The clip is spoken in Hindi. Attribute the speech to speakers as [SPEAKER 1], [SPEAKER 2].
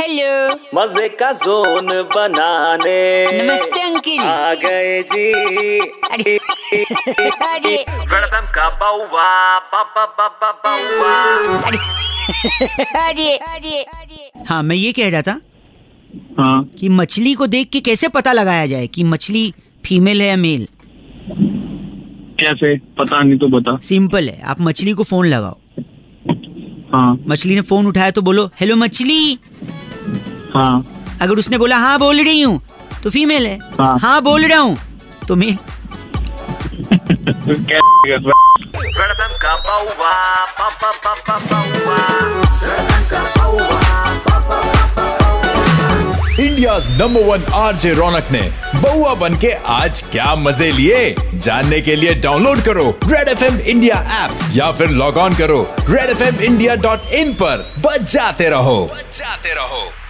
[SPEAKER 1] हेलो
[SPEAKER 2] मजे का जोन बनाने
[SPEAKER 1] नमस्ते अंकिल
[SPEAKER 2] आ गए जी
[SPEAKER 1] अरे अरे
[SPEAKER 2] वेलकम का बउआ बाबा बाबा बउआ
[SPEAKER 1] अरे अरे अरे
[SPEAKER 3] हाँ मैं ये कह रहा था
[SPEAKER 4] हाँ
[SPEAKER 3] कि मछली को देख के कैसे पता लगाया जाए कि मछली फीमेल है या मेल
[SPEAKER 4] कैसे पता नहीं तो बता
[SPEAKER 3] सिंपल है आप मछली को फोन लगाओ
[SPEAKER 4] हाँ
[SPEAKER 3] मछली ने फोन उठाया तो बोलो हेलो मछली
[SPEAKER 4] हाँ
[SPEAKER 3] अगर उसने बोला हाँ बोल रही हूँ तो फीमेल है
[SPEAKER 4] हाँ।
[SPEAKER 3] हाँ बोल रहा हूँ तो मैं
[SPEAKER 4] क्या
[SPEAKER 2] वेलकम का बउआ बाबा बाबा Baua
[SPEAKER 5] India's number one RJ Raunak ने बउआ बन के आज क्या मजे लिए जानने के लिए डाउनलोड करो रेड एफ इंडिया ऐप या फिर लॉग ऑन करो redfmindia.in पर बच जाते रहो बच जाते रहो